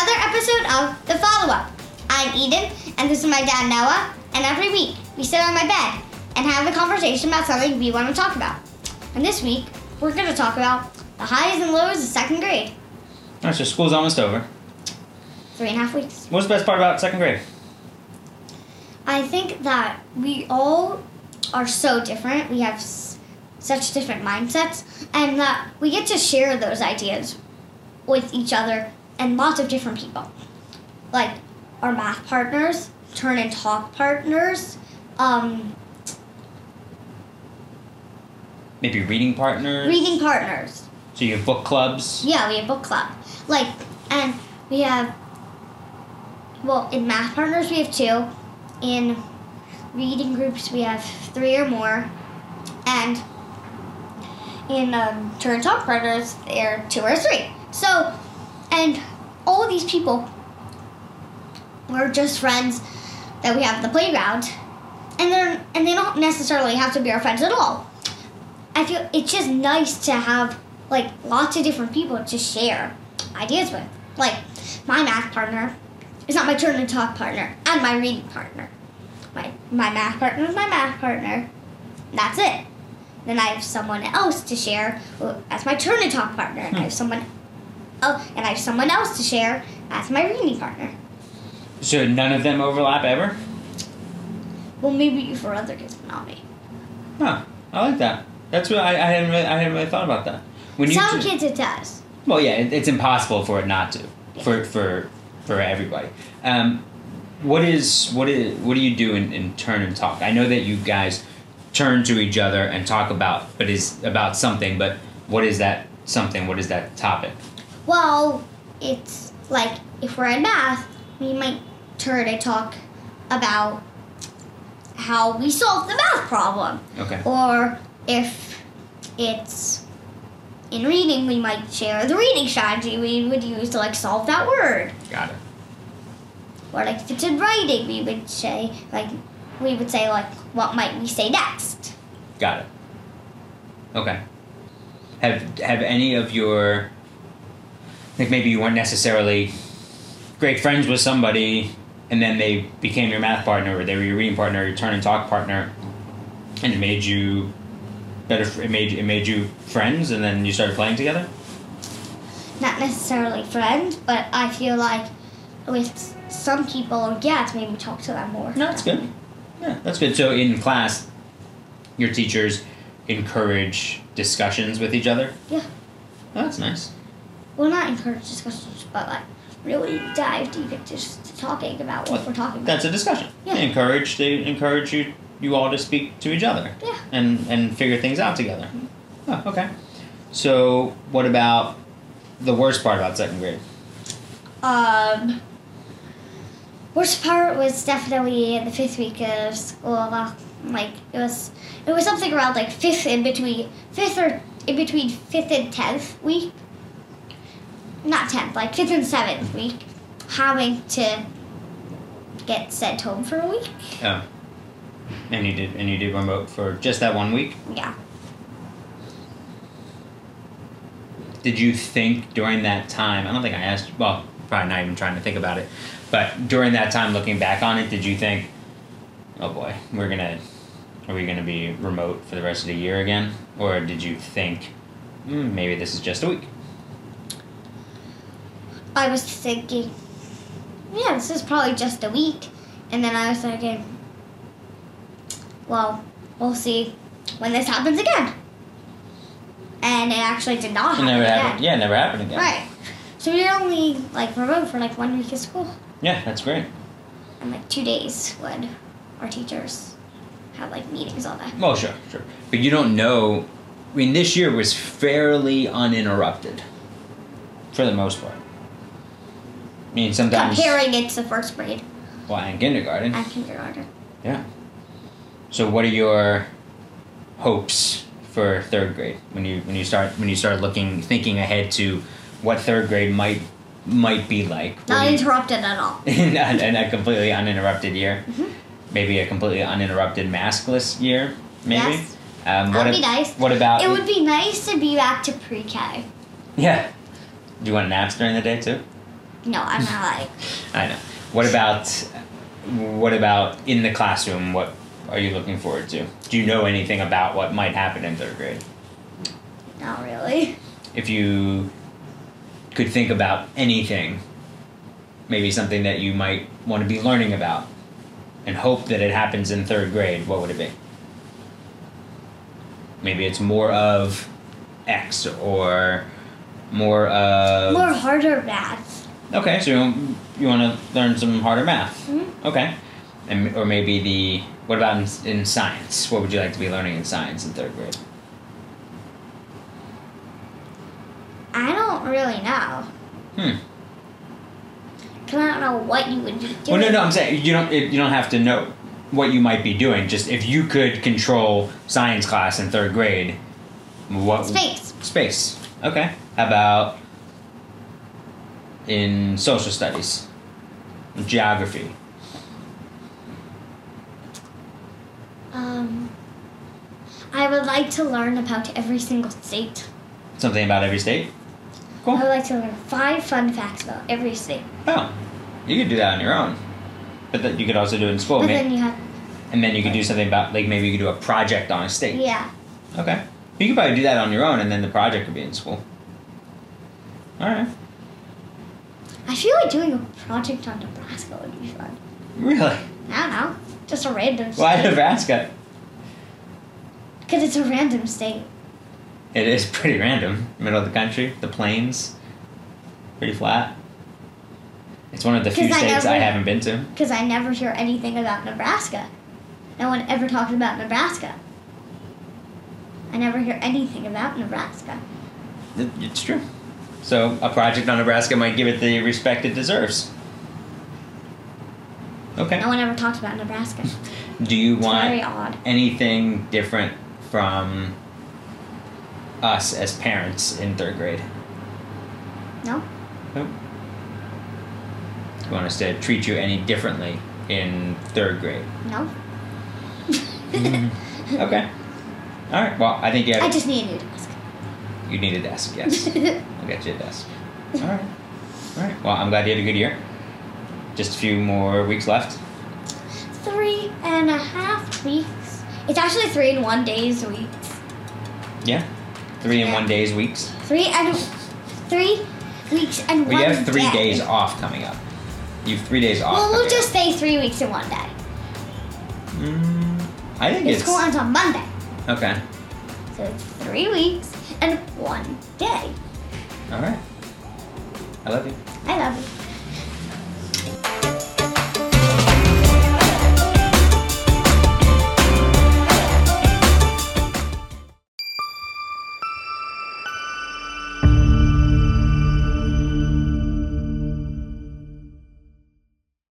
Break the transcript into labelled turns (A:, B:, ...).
A: episode of The Follow Up. I'm Eden, and this is my dad Noah, and every week we sit on my bed and have a conversation about something we want to talk about. And this week, we're going to talk about the highs and lows of second grade.
B: All right, so school's almost over.
A: Three and a half weeks.
B: What's the best part about second grade?
A: I think that we all are so different. We have s- such different mindsets, and that we get to share those ideas with each other and lots of different people. Like our math partners, turn and talk partners, um,
B: Maybe reading partners.
A: reading partners.
B: So you have book clubs.
A: Yeah, we have book club. Like, and we have, well, in math partners, we have two. In reading groups, we have three or more. And in um, turn and talk partners, there are two or three. So, and all of these people were just friends that we have at the playground. And they're, and they don't necessarily have to be our friends at all. I feel it's just nice to have like lots of different people to share ideas with. Like my math partner is not my turn to talk partner and my reading partner. My my math partner is my math partner. That's it. Then I have someone else to share as my turn to talk partner. I
B: Hmm.
A: have someone oh and I have someone else to share as my reading partner.
B: So none of them overlap ever.
A: Well maybe for other kids but not me.
B: Huh. I like that. That's what I, I hadn't really, I hadn't really thought about that. When you
A: Some
B: ju-
A: kids it does.
B: Well, yeah, it, it's impossible for it not to for for for everybody. Um, what is what is what do you do in, in turn and talk? I know that you guys turn to each other and talk about, but is about something. But what is that something? What is that topic?
A: Well, it's like if we're in math, we might turn to talk about how we solve the math problem.
B: Okay.
A: Or if it's in reading, we might share the reading strategy we would use to like solve that word.
B: Got it.
A: Or like if it's in writing, we would say like we would say like what might we say next?
B: Got it. Okay. Have have any of your like maybe you weren't necessarily great friends with somebody and then they became your math partner or they were your reading partner, your turn and talk partner and it made you better fr- it made it made you friends and then you started playing together?
A: Not necessarily friends, but I feel like with some people, yeah, it's made me talk to them more.
B: No, that's good. Yeah, that's good. So in class your teachers encourage discussions with each other?
A: Yeah.
B: Oh, that's nice.
A: well, not encourage discussions, but like really dive deep into just talking about what we're talking about.
B: That's a discussion.
A: Yeah.
B: They encourage they encourage you you all to speak to each other.
A: Yeah.
B: And and figure things out together. Oh, okay. So what about the worst part about second grade?
A: Um, worst part was definitely the fifth week of school. uh, Like it was, it was something around like fifth in between fifth or in between fifth and tenth week. Not tenth, like fifth and seventh week, having to get sent home for a week.
B: Oh. And you did and you did remote for just that one week.
A: Yeah.
B: Did you think during that time I don't think I asked well, probably not even trying to think about it. But during that time looking back on it, did you think, Oh boy, we're gonna are we gonna be remote for the rest of the year again? Or did you think "Hmm, maybe this is just a week?
A: I was thinking, yeah, this is probably just a week. And then I was thinking, well, we'll see when this happens again. And it actually did not
B: It
A: happen
B: never
A: again.
B: happened. Yeah, it never happened again.
A: Oh, Right. So we were only like remote for like one week of school
B: Yeah, that's great.
A: and like two days when our teachers had like meetings all day.
B: Well, sure, sure. But you don't know. I mean, this year was fairly uninterrupted, for the most part. I mean, sometimes. Mm-hmm.
A: Comparing it to first grade
B: Well, and kindergarten.
A: and kindergarten.
B: Yeah. So, what are your hopes for third grade when you when you start when you start looking thinking ahead to what third grade might might be like? What
A: Not
B: do you-
A: interrupted at all.
B: in, a, in a completely uninterrupted year.
A: Mm-hmm.
B: Maybe a completely uninterrupted maskless year. Maybe.
A: Yes.
B: Um, what Uh,
A: That'd
B: ab-
A: be nice.
B: What about?
A: It would be nice to be back to pre K.
B: Yeah. Do you want naps during the day too?
A: No, I'm not like.
B: I know. What about what about in the classroom? What are you looking forward to? Do you know anything about what might happen in third grade?
A: Not really.
B: If you could think about anything, maybe something that you might want to be learning about, and hope that it happens in third grade, what would it be? Maybe it's more of X or more of
A: More harder maths.
B: Okay, so you, you want to learn some harder math.
A: Mhm.
B: Okay, and or maybe the what about in, in science? What would you like to be learning in science in third grade?
A: I don't really know.
B: Hmm.
A: Cause I don't know what you would be doing.
B: Well, Oh, no, no, I'm saying you don't it- you don't have to know what you might be doing. Just if you could control science class in third grade, what
A: Space.
B: Space. Okay. How about in social studies, geography?
A: Um, I would like to learn about every single state.
B: Something about every state. Cool.
A: I would like to learn five fun facts about every state.
B: Oh, you could do that on your own, but that you could also do it in school,
A: but
B: ma-
A: then you have,
B: and then you could do something about like maybe you could do a project on a state.
A: yeah,
B: Okay, you could probably do that on your own, and then the project could be in school. All right,
A: I feel like doing a project on Nebraska would be fun.
B: really?
A: I don't know, just a random.
B: Why
A: state.
B: Nebraska?
A: Because it's a random state.
B: It is pretty random. Middle of the country, the plains, pretty flat. It's one of the few
A: 'Cause I
B: states I
A: never-
B: haven't been to.
A: Because I never hear anything about Nebraska. No one ever talks about Nebraska. I never hear anything about Nebraska.
B: It- It's true. So a project on Nebraska might give it the respect it deserves. Okay.
A: No one ever talks about Nebraska.
B: Do you
A: It's
B: want
A: very odd.
B: anything different from us as parents in third grade?
A: No?
B: Nope. Do you want us to treat you any differently in third grade?
A: No?
B: Okay. All right. Well, I think you have,
A: I just need a new desk.
B: you need a desk. Yes, I'll get you a desk. All right. All right. Well, I'm glad you had a good year. Just a few more weeks left.
A: three and a half weeks. It's actually three and one days a week.
B: Yeah. Three in
A: Yeah.
B: one days weeks.
A: Three and three weeks and
B: We
A: one
B: have three
A: day.
B: days off coming up. You have three days off.
A: Well,
B: coming
A: we'll
B: up.
A: just say three weeks in one day.
B: Mm, I think
A: The
B: it's
A: school ends on Monday.
B: okay.
A: So it's three weeks and one day.
B: All right. I love you.
A: I love it.